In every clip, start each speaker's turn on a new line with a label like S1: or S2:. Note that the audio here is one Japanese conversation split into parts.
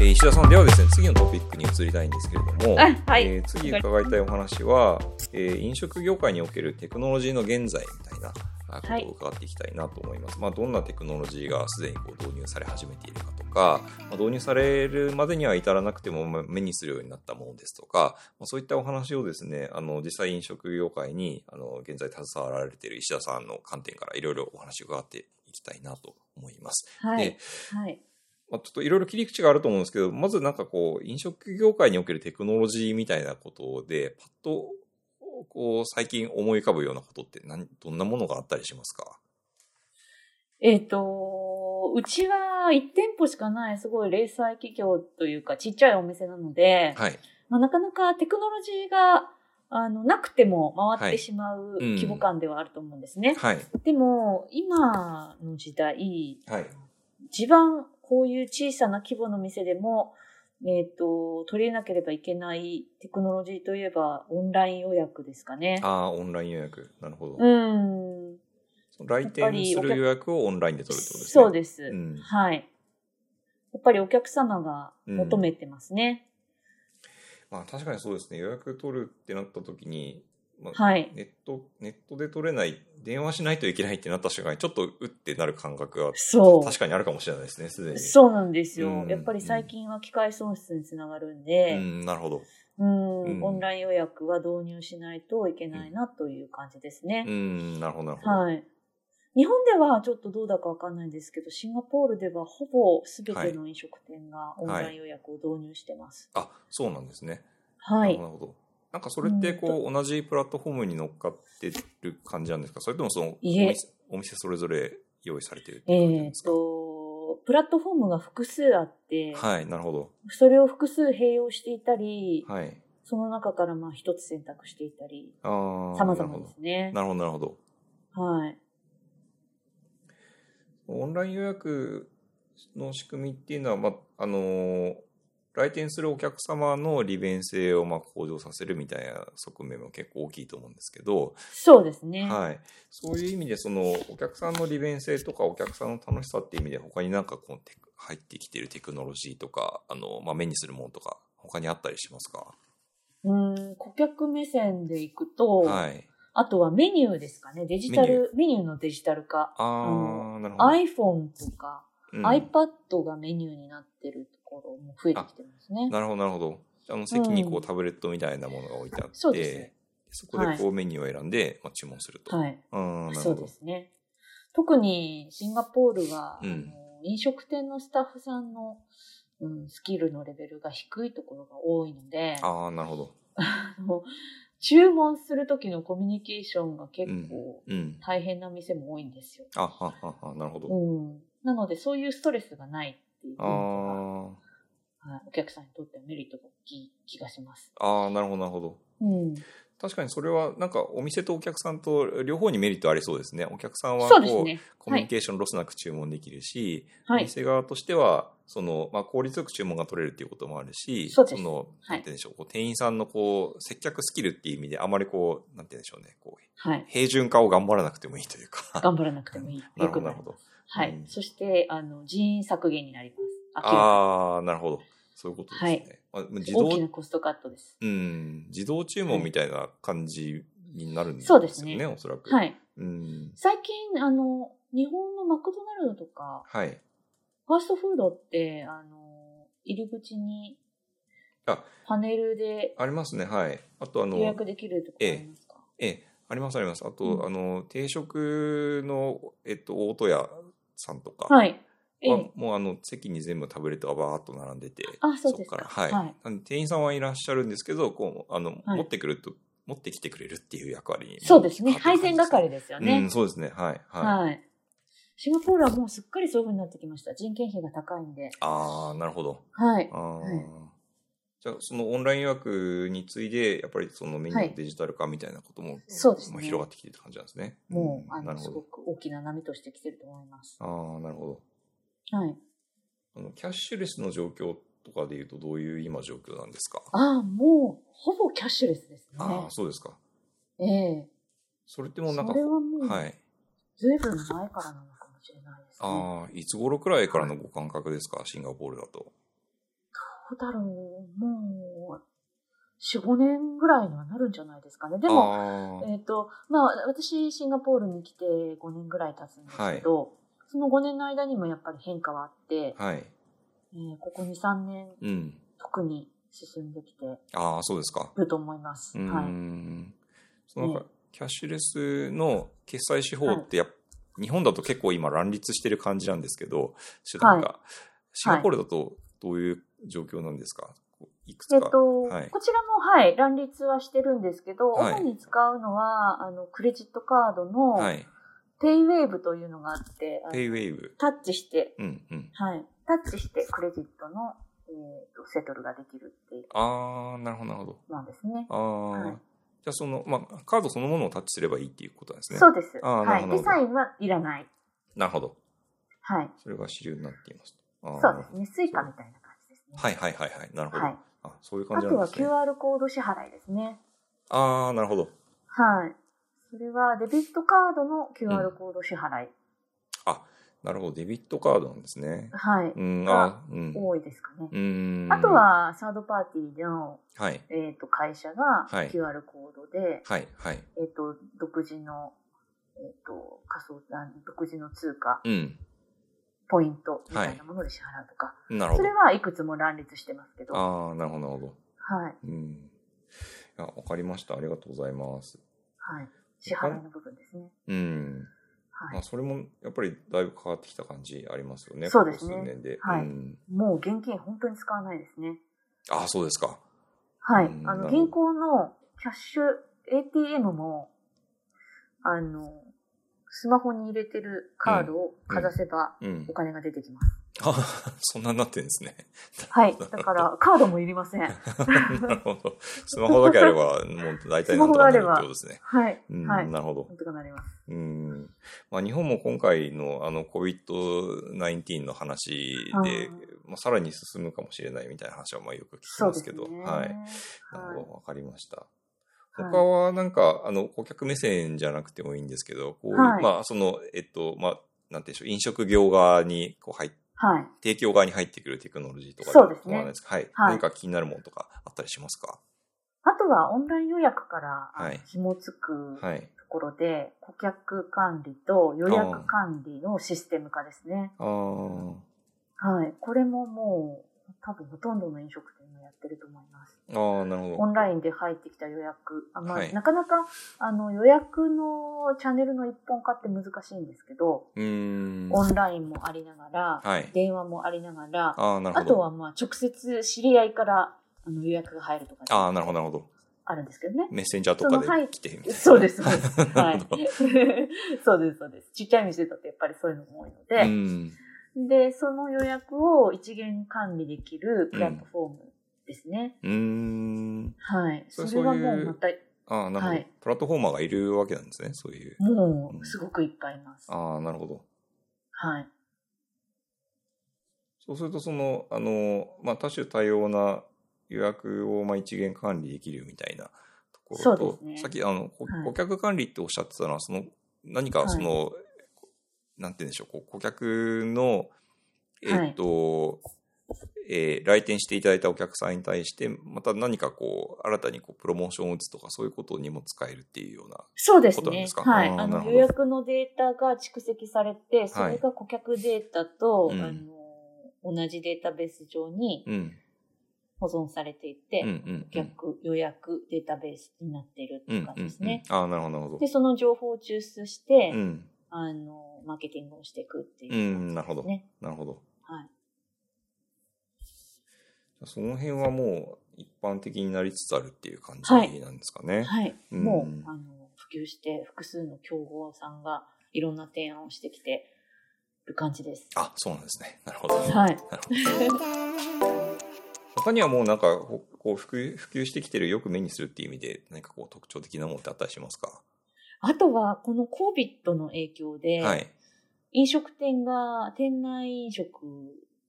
S1: ー石田さんではですね、次のトピックに移りたいんですけれども、
S2: あはい、
S1: えー次伺いたいお話は、えー飲食業界におけるテクノロジーの現在みたいなあこ
S2: はい
S1: とを伺っていきたいなと思います。まあ、どんなテクノロジーがすでにこう導入され始めているかとか、まあ、導入されるまでには至らなくてもまあ目にするようになったものですとか、まあ、そういったお話をですね、あの実際飲食業界にあの現在携わられている石田さんの観点からいろいろお話を伺っていきたいなと思います。
S2: は
S1: で
S2: い、はい。
S1: まあ、ちょっといろいろ切り口があると思うんですけど、まずなんかこう、飲食業界におけるテクノロジーみたいなことで、パッと、こう、最近思い浮かぶようなことって何、どんなものがあったりしますか
S2: えっ、と、うちは1店舗しかないすごい零細企業というかちっちゃいお店なので、
S1: はい。
S2: まあ、なかなかテクノロジーがあのなくても回っ
S1: はい
S2: てしまう
S1: うん
S2: 規模感ではあると思うんですね。
S1: はい。
S2: でも、今の時代、
S1: はい。
S2: 一番こういう小さな規模の店でも、えっ、と、取り入れなければいけないテクノロジーといえば、オンライン予約ですかね。
S1: ああ、オンライン予約。なるほど。
S2: うん。
S1: その来店する予約をオンラインで取るってことですね。
S2: そうです。
S1: うん
S2: はい。やっぱりお客様が求めてますね。
S1: まあ確かにそうですね。予約取るってなった時に、まあ、
S2: はい。
S1: ネット、ネットで取れない、電話しないといけないってなった瞬間に、ちょっとうってなる感覚が
S2: そう。
S1: 確かにあるかもしれないですね、すでに。
S2: そうなんですよ、
S1: うん
S2: やっぱり最近は機械損失につながるん
S1: う
S2: で、
S1: ん、なるほど。
S2: うん
S1: うん
S2: オンライン予約は導入しないといけないなという感じです
S1: う
S2: ね。
S1: ん、なるほど、なるほど。
S2: はい。日本ではちょっとどうだかわかんないんですけど、シンガポールではほぼ全ての飲食店がオンライン予約を導入してます。
S1: あ、そうなんですね。
S2: はい。
S1: なるほど。なんかそれってこう、同じプラットフォームに乗っかってる感じなんですかそれともそのお
S2: いえ
S1: 店お店それぞれ用意されてるって感じなん
S2: え
S1: で
S2: っ
S1: すか、
S2: と、プラットフォームが複数あって、
S1: はい、なるほど。
S2: それを複数併用していたり、
S1: はい。
S2: その中からまあ一つ選択していたり、
S1: ああ。
S2: 様
S1: なる
S2: 々
S1: ほ
S2: で
S1: ど
S2: すね。
S1: なるほど、なるほど。
S2: はい。
S1: オンライン予約の仕組みっていうのは、まあ、あのー来店するお客様の利便性をまあ向上させるみたいな側面も結構大きいと思うんですけど、
S2: そうですね。
S1: はい、そういう意味でそのお客さんの利便性とかお客さんの楽しさっていう意味で他になんかこうテク入ってきてるテクノロジーとかあの、まあ、目にするものとか他にあったりしますか
S2: うん、顧客目線でいくと、
S1: はい
S2: あとはメニューですかね。デジタル、メニューのデジタル化。
S1: あー
S2: の
S1: なるほど、
S2: iPhone とか、
S1: うん
S2: iPad がメニューになってるところも増えてきてますね。
S1: なるほどなるほどあの席にこ
S2: う
S1: うんタブレットみたいなものが置いてあって、
S2: そうですね
S1: そこでこうメニューを選んで、まあ、注文すると、
S2: はい。
S1: あーなる
S2: そ
S1: ほ
S2: う
S1: ど
S2: ですね。特にシンガポールは、
S1: うん
S2: あの飲食店のスタッフさんの、うん、スキルのレベルが低いところが多いので、
S1: ああなるほど
S2: あの注文する時のコミュニケーションが結構
S1: うん
S2: 大変な店も多いんですよ。
S1: あはははなるほど、
S2: うん、なので、そういうストレスがないっていう
S1: あ
S2: のが、
S1: ー
S2: はいお客さんにとってはメリットが大きい気がします。
S1: あーなるほどなるほど
S2: うん、
S1: 確かにそれはなんかお店とお客さんと両方にメリットありそうですね。お客さんは
S2: そうです
S1: こう、
S2: ね。
S1: コミュニケーションロスなく注文できるし、
S2: は
S1: お
S2: い。
S1: 店側としてはその、まあ、効率よく注文が取れるっていうこともあるし、
S2: そうです
S1: の
S2: は
S1: なん
S2: い
S1: て言うんでしょう、こう店員さんのこう接客スキルっていう意味であまりこうなんて言うんでしょうね、こう
S2: はい。
S1: 平準化を頑張らなくてもいいというか。
S2: 頑張らなくてもいい。
S1: なる
S2: よ
S1: ほど
S2: く
S1: な
S2: な
S1: る
S2: る
S1: ほ。ど。
S2: はい。
S1: うん
S2: そして、あの、人員削減になります。明らかに
S1: ああなるほど。そういうことですね。まあ、自
S2: 大き
S1: 動
S2: なコストカットです。
S1: うん自動注文みたいな感じになるんです
S2: そ
S1: よ
S2: う
S1: ね、
S2: ですね
S1: おそらく。
S2: はい。
S1: うん
S2: 最近、あの、日本のマクドナルドとか、
S1: はい。
S2: ファーストフードって、あの、入り口に
S1: あ、
S2: パネルで
S1: ありますね。はい。あと、あ
S2: 予
S1: の、
S2: 約できるとこありますか
S1: ええ、ありますあります。あと、
S2: うん
S1: あの、定食の、えっと、大戸屋さんとかは、
S2: はい。ええ。
S1: もうあの、席に全部タブレットがバーッと並んでて、
S2: あ、そう
S1: こ
S2: です
S1: か
S2: か。
S1: ら、はい。なんで店員さんはいらっしゃるんですけど、こう、あの、
S2: はい
S1: 持ってくると、持ってきてくれるっていう役割に。
S2: そうですね。
S1: 変わ
S2: 配
S1: ってくる
S2: 膳
S1: んです
S2: 係ですよ
S1: う
S2: ね
S1: ん、。そうですね。はい。はい。
S2: はい。シンガポールはもうすっかりそういう風になってきました。人件費が高いんで。
S1: ああ、なるほど。
S2: はい。
S1: ああ
S2: はい
S1: じゃあ、そのオンライン予約に次いで、やっぱりそのメニューのデジタル化みたいなことも、
S2: そうですね
S1: まあ広がってきてるって感じなんですね。ん
S2: もう、あ
S1: な
S2: の、
S1: る
S2: す
S1: ほ
S2: ご
S1: ど。
S2: く大きな波として来てると思います。
S1: ああ、なるほど。
S2: はい。
S1: あの、キャッシュレスの状況とかで言うと、どういう今状況なんですか
S2: ああ、もう、ほぼキャッシュレスです
S1: ああ、
S2: ね。
S1: そうですか。
S2: ええ。
S1: それってもうな
S2: そ
S1: んか
S2: れ、はもう、
S1: はい。
S2: ずいぶん前からなのかもしれないですね。
S1: ああ、いつ頃くらいからのご感覚ですか、シンガポールだと。
S2: うだろう、もう、4、5年ぐらいにはなるんじゃないですかね。でも、
S1: あー
S2: えっ、と、まあ、私、シンガポールに来て5年ぐらい経つんですけど、その5年の間にもやっぱり変化はあって、
S1: はい。
S2: えーここ2、3年、
S1: うん。
S2: 特に進んできて
S1: ああ、そうですか。
S2: ると思います。
S1: うーん。
S2: はい。
S1: そのなんか、キャッシュレスの決済手法ってやっぱ、日本だと結構今乱立してる感じなんですけど、ちょっとなんか、シンガポールだとどういう状況なんですか、い、くつ
S2: えっ
S1: か。
S2: と、
S1: はい
S2: こちらも、はい、乱立はしてるんですけど、
S1: はい
S2: 主に使うのは、あの、クレジットカードの、
S1: はい。
S2: ペイウェーブというのがあって、あの
S1: ペイウェイブ。
S2: タッチして、
S1: うんうん。
S2: はい、タッチしてクレジットの、えーとセトルができるっていう
S1: ああ、なるほど、なるほど。
S2: ものですね。
S1: ああ、
S2: はい
S1: じゃあその、まあ、カードそのものをタッチすればいいっていうことなんですね。
S2: そうです。
S1: あーな
S2: は
S1: るほ
S2: い。
S1: ど
S2: で、サインはいらない。
S1: なるほど。
S2: はい。
S1: それが主流になっていますと。あー
S2: そうですね。スイカみたいな感じですね。
S1: はいはいはいはい。なるほど。
S2: はい
S1: あそういう感
S2: あ
S1: じ
S2: と
S1: なん
S2: は
S1: ですね。
S2: QR コード支払いですね。
S1: ああ、なるほど。
S2: はい。それはデビットカードの QR コード支払い。
S1: なるほど。デビットカードなんですね。
S2: はい。
S1: うん、あーうん。
S2: 多いですかね。
S1: うん。
S2: あと、は、サードパーティーの、
S1: はい。
S2: えっと会社が
S1: はい
S2: QR コードで、
S1: はいはい。
S2: えっと独自の、えっと仮想あ独自の通貨
S1: うん。
S2: ポイントみたいなもので支払うとか、
S1: なるほ
S2: そ
S1: ど
S2: れ。はいくつも乱立してますけど、はい、
S1: ああ、なるほど、なるほど。うん。いや、わかりました。ありがとうございます。
S2: はい、支払いの部分ですね。
S1: うん。
S2: は
S1: まあ、
S2: い、
S1: それも、やっぱりだいぶ変わってきた感じありますよね。
S2: そうですね
S1: ここ数年で。
S2: はい
S1: うん、
S2: もう現金本当に使わないですね。
S1: ああ、そうですか。
S2: はい、
S1: うんな
S2: あ
S1: るほ
S2: の
S1: ど
S2: 銀行のキャッシュ ATM もあのスマホに入れてるカードをかざせば
S1: うん
S2: お。金が出てきます。
S1: あそんなになってるんですね。
S2: はい、だからカードもいりません。
S1: なるほど。スマホだけあれば、もう大体なんとかなるってことですね。
S2: はい、
S1: うん、
S2: はい、
S1: なるほど。
S2: 本当かなります。
S1: うん。まあ、日本も今回のあの COVID-19 の話で
S2: あ、
S1: まあ、さらに進むかもしれないみたいな話はまあよく聞き
S2: そう
S1: ま
S2: ですす
S1: け
S2: ね。
S1: ど、はい。なる
S2: はい
S1: ほど、わかりました。
S2: はい
S1: 他はなんか、あの、顧客目線じゃなくてもいいんですけど、こういう、
S2: はい
S1: まあ、その、えっと、まあ、なんていうんでしょう、飲食業側に、こう、入っ
S2: はい。
S1: 提供側に入ってくるテクノロジーとか
S2: そうです
S1: わかん
S2: ね
S1: ないですけどはい。
S2: はい
S1: 何か気になるものとかあったりしますか
S2: あとはオンライン予約からあの
S1: はい
S2: 紐づくと
S1: はい。
S2: ころで、顧客管理と予約管理のシステム化ですね。
S1: あー
S2: はい。これももう、多分ほとんどの飲食店がやってると思います。
S1: あー、なるほど。
S2: オンラインで入ってきた予約。あまあ
S1: はい
S2: なかなかあの予約のチャンネルの一本化って難しいんですけど、
S1: うーん。
S2: オンラインもありながら、
S1: はい。
S2: 電話もありながら、
S1: ああ、なる
S2: あ
S1: ほ
S2: と
S1: ど。
S2: はまあ直接知り合いからあの予約が入るとか
S1: ああ、なるほど、なるほど。
S2: あるんですけどね。
S1: メッセンジャーとか
S2: そのは
S1: で
S2: い
S1: 来てみたいな。
S2: そうです、そうです。
S1: な
S2: は
S1: る
S2: い
S1: ほ ど。
S2: そうです、そうです。ちっちゃい店だとやっぱりそういうのも多いの
S1: う
S2: で、
S1: ん。
S2: で、その予約を一元管理できるプラットフォームですね。
S1: うーん。
S2: はい。
S1: そ
S2: そ
S1: れ
S2: れはも
S1: そういう
S2: うまた、
S1: ああ、なるほど、
S2: はい
S1: プラットフォーマーがいるわけなんですね、そういう。
S2: もうすごくいっぱいいます。は
S1: ああ、なるほど。
S2: い。
S1: そうすると、その、あの、まあ、多種多様な予約を、まあ、一元管理できるみたいなところ
S2: そう
S1: と、
S2: ですね
S1: さっき、あの、こ
S2: はい
S1: 顧客管理っておっしゃってたのは、その、何か、その、なんて言うんでしょう、こう顧客の、え
S2: はい
S1: っと、えー来店していただいたお客さんに対して、また何かこう、新たにこうプロモーションを打つとか、そういうことにも使えるっていうような。
S2: そうです
S1: ことなん
S2: ね
S1: ですか。
S2: はい。
S1: あー
S2: あ
S1: なる
S2: の
S1: ほど
S2: 予約のデータが蓄積されて、それが顧客データと、
S1: うん
S2: あの、同じデータベース上に
S1: うん。
S2: 保存されていて、
S1: うんうん、うん。
S2: 客予約データベースになっているっ
S1: う
S2: て
S1: ん
S2: いううん感
S1: う
S2: じ
S1: ん
S2: ですね。
S1: ああ、なるほど、なるほ
S2: で、その情報を抽出して、
S1: ど。うん。
S2: あの、マーケティングをしていくっていうう、
S1: ん、なるほど。
S2: ね。
S1: なるほど。
S2: はい。
S1: その辺はもう一般的になりつつあるっていう感
S2: はい
S1: じなんですかね。
S2: はい。
S1: うん
S2: もう、あの、普及して、複数の競合さんがいろんな提案をしてきてる感じです。
S1: あ、そうなんですね。なるほど。
S2: はい。
S1: 他にはもうなんか、こうこう普及、普及してきてる、よく目にするっていう意味で、何かこう特徴的なものってあったりしますか、
S2: あとは、この COVID の影響で、
S1: はい。
S2: 飲食店が店内飲食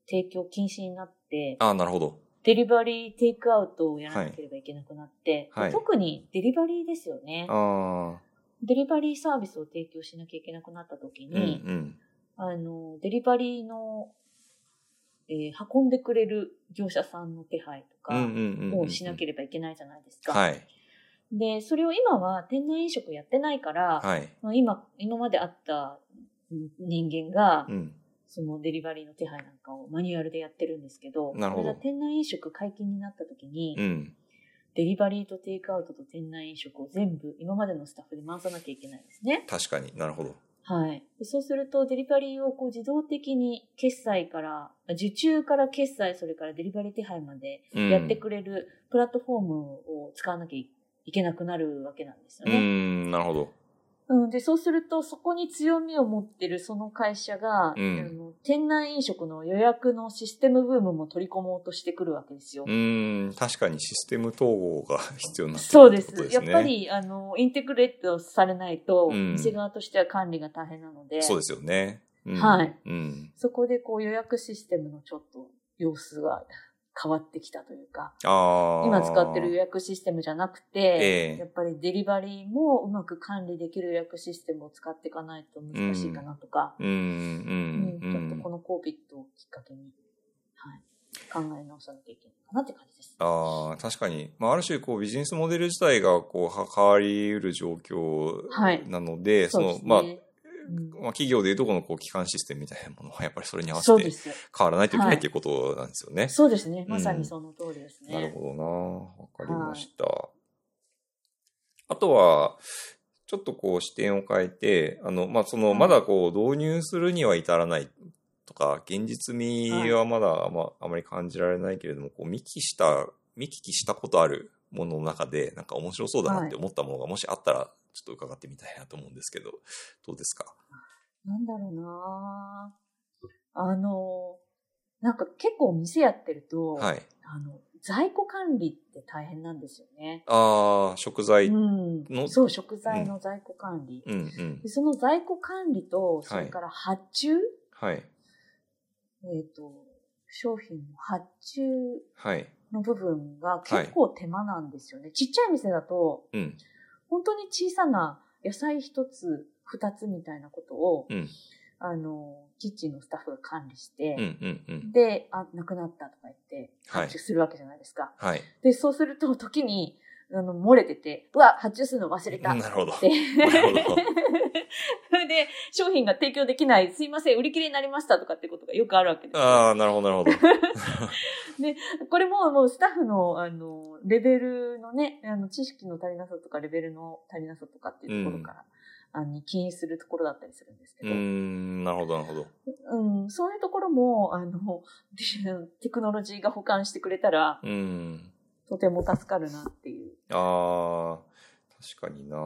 S2: 提供禁止になって、
S1: あなるほど。
S2: デリバリー、テイクアウトをやらなければいけなくなって、
S1: はいはい
S2: 特にデリバリーですよね。
S1: あ
S2: デリバリーサービスを提供しなきゃいけなくなった時
S1: ーうんう
S2: に、
S1: ん。
S2: あの、デリバリーのえー運んでくれる業者さんの手配と
S1: うんうん
S2: か
S1: うんうん。
S2: をしなければいけないじゃないですか。
S1: はい。
S2: で、それを今は店内飲食やってないから、
S1: はい。
S2: まあ今、今まであったうん人間が
S1: う、ん。
S2: そのデリバリーの手配なんかをマニュアルでやってるんですけど、
S1: なるほど
S2: これが店内飲食解禁になった時に、
S1: うん。
S2: デリバリーとテイクアウトと店内飲食を全部今までのスタッフで回さなきゃいけないんですね。
S1: 確かになるほど。
S2: はい。でそうすると、デリバリーをこう自動的に決済から、受注から決済、それからデリバリー手配まで
S1: うん、
S2: やってくれるプラットフォームを使わなきゃいけなくなるわけなんですよ
S1: う
S2: ね。
S1: ん、なるほど。
S2: うん、で、そうすると、そこに強みを持ってるその会社が、
S1: うん
S2: あの店内飲食の予約のシステムブームも取り込もうとしてくるわけですよ。
S1: うん、確かにシステム統合が必要になってく
S2: そう
S1: るっ
S2: で
S1: て
S2: す
S1: ことです
S2: や
S1: ね。
S2: っぱり、あの、インテグレートされないと、
S1: うん
S2: 店側としては管理が大変なので、
S1: そうですよね。うん
S2: はい。
S1: うん。
S2: そこでこう予約システムのちょっと様子が変わってきたというか、
S1: ああ。
S2: 今使ってる予約システムじゃなくて
S1: え、え
S2: やっぱりデリバリーもうまく管理できる予約システムを使っていかないと難しいかなとか、
S1: うん、
S2: うん
S1: うん、う
S2: ちょっと
S1: ん
S2: こ。の COVID をきっかけに、はい、考え直さなきゃいけないかなって感じです。
S1: ああ、確かに。まあ、ある種、こう、ビジネスモデル自体が、こう、は変わり得る状
S2: はい
S1: 況なので、そ
S2: そうで
S1: の
S2: す、ね
S1: まあ、
S2: うん
S1: まあ、企業でいうとこの、こう、機関システムみたいなものは、やっぱりそれに合わせ
S2: そうで
S1: て
S2: す。
S1: 変わらないといけな
S2: はいい
S1: っていうことなんですよね。
S2: そうですね。まさ
S1: うん
S2: にその通りですね。
S1: なるほどな。わかりました。あとは、ちょっとこう視点を変えて、あの、まあ、その、
S2: はい
S1: まだこう導入するには至らないとか、現実味はまだあまあまり感じられないけれども、こう見聞きした、見聞きしたことあるものの中で、なんか面白そうだなって思ったものがもしあったら、ちょっと伺ってみたいなと思うんですけど、どうですか
S2: なんだろうなぁあの、なんか結構お店やってると、
S1: はい。
S2: あの、在庫管理って大変なんですよね。
S1: ああ、食材。
S2: う
S1: うん、
S2: ん。
S1: の
S2: そう、食材の在庫管理、
S1: うん
S2: で。その在庫管理と、それから発注、
S1: はい。
S2: えっ、と、商品の発注
S1: はい。
S2: の部分が
S1: い
S2: 結構手間なんですよね。ちっちゃい店だと、
S1: うん。
S2: 本当に小さな野菜一つ、二つみたいなことを、
S1: うん
S2: あの、キッチンのスタッフが管理して、
S1: うん。うん。うん。
S2: で、あ、なくなったとか言って、
S1: はい
S2: 発注するわけじゃないですか。
S1: はい。
S2: で、そうすると、時に、あの、漏れてて、うわ、発注するの忘れた。
S1: なるほど。
S2: で、
S1: るほど
S2: で、商品が提供できない、すいません、売り切れになりましたとかってことがよくあるわけですよ。
S1: ああ、なるほど、なるほど。
S2: これも、もうスタッフの、あの、レベルのね、あの、知識の足りなさとか、レベルの足りなさとかっていうところから、あの、起因するところだったりするんですけ
S1: う
S2: ど、
S1: ーん、なるほど、なるほど。
S2: うん、そういうところも、あの、 テクノロジーが保管してくれたら、
S1: うーん。
S2: とても助かるなっていう
S1: ああ、確かにな。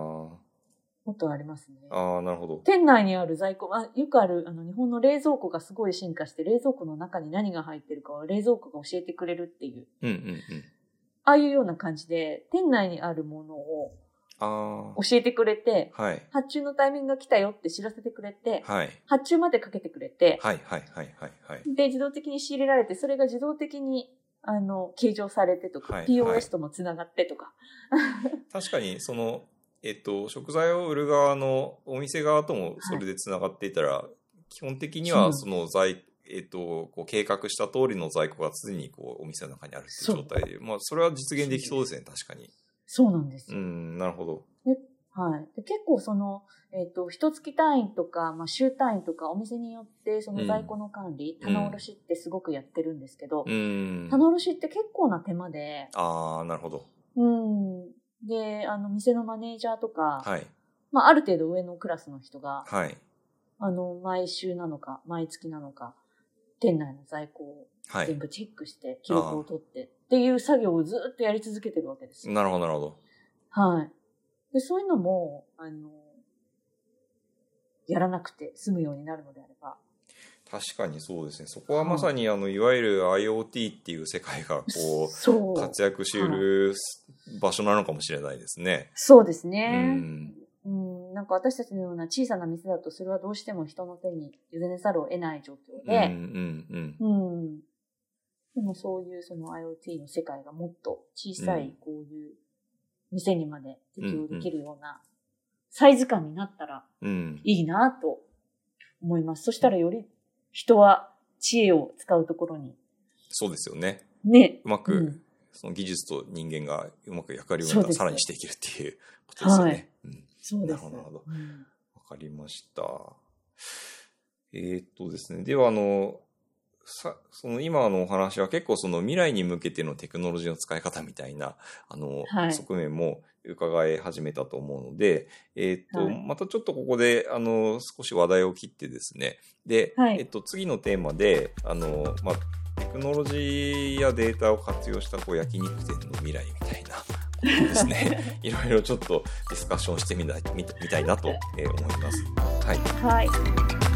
S2: ことはありますね。
S1: ああ、なるほど。
S2: 店内にある在庫は、よくある、あの、日本の冷蔵庫がすごい進化して、冷蔵庫の中に何が入ってるかを冷蔵庫が教えてくれるっていう、
S1: うん、うん、うん。
S2: ああいうような感じで、店内にあるものを
S1: あ
S2: 教えてくれて、
S1: あ、はい。
S2: 発注のタイミングが来たよって知らせてくれて、
S1: はい。
S2: 発注までかけてくれて、
S1: はい、はい、はい、はい、はい。
S2: で、自動的に仕入れられて、それが自動的に、あの、計上されてとか、
S1: はいはい
S2: POS ともつながってとか、
S1: 確かに、その、えっと、食材を売る側のお店側ともそれでつながっていたら、基本的には、
S2: そ
S1: その在、えっと、こう計画した通りの在庫が常にこうお店の中にあるっていう状態で、まあ、それは実現できそうですね、確かに。
S2: そうなんです
S1: う
S2: よ。
S1: ん、なるほど。
S2: はい。で結構その、えっ、と、一月単位とか、まあ、週単位とか、お店によって、その在庫の管理、
S1: うん
S2: 棚卸しってすごくやってるんですけど、
S1: うーん。
S2: 棚卸しって結構な手間で、
S1: ああ、なるほど。
S2: うん。で、あの、店のマネージャーとか、
S1: はい。
S2: まあ、ある程度上のクラスの人が、
S1: はい。
S2: あの、毎週なのか、毎月なのか、店内の在庫を
S1: はい。
S2: 全部チェックして、記録を取って、っていう作業をずっとやり続けてるわけですよ。
S1: なるほど、なるほど。
S2: はい。で、そういうのも、あの、やらなくて済むようになるのであれば。
S1: 確かにそうですね。そこはまさに、あの、いわゆる IoT っていう世界が、こ、
S2: そうう。
S1: 活躍しうる場所なのかもしれないですね。
S2: そうです
S1: う
S2: ね。
S1: ん。
S2: うん。なんか私たちのような小さな店だと、それはどうしても人の手に委ねざるを得ない状況
S1: うん、うん、う
S2: で、
S1: ん。
S2: うん。でもそういうその IoT の世界がもっと小さ
S1: うん
S2: いこういう店にまで適用できるようなサイズ感になったら
S1: うん。
S2: いいなと思います。そしたらより人は知恵を使うところに。
S1: そうですよね。
S2: ね。
S1: うまく、
S2: うん
S1: その技術と人間がうまく役割
S2: そ
S1: 分
S2: うで
S1: 担
S2: す
S1: さらにしていけるっていうことですよ
S2: はい
S1: ね。うん
S2: そうです。
S1: なるほどなるほど
S2: うん
S1: わかりました。えーっとですね。では、あの、さ、その今のお話は結構その未来に向けてのテクノロジーの使い方みたいな、あの、
S2: はい
S1: 側面も伺い始めたと思うので、えーっと、
S2: はい
S1: またちょっとここで、あの、少し話題を切ってですね。で、
S2: はい
S1: えっと、次のテーマで、あの、まあ、テクノロジーやデータを活用したこう焼肉店の未来みたいなことをですね、いろいろちょっとディスカッションしてみたいみたみたいなとえー思います。はい。
S2: はい。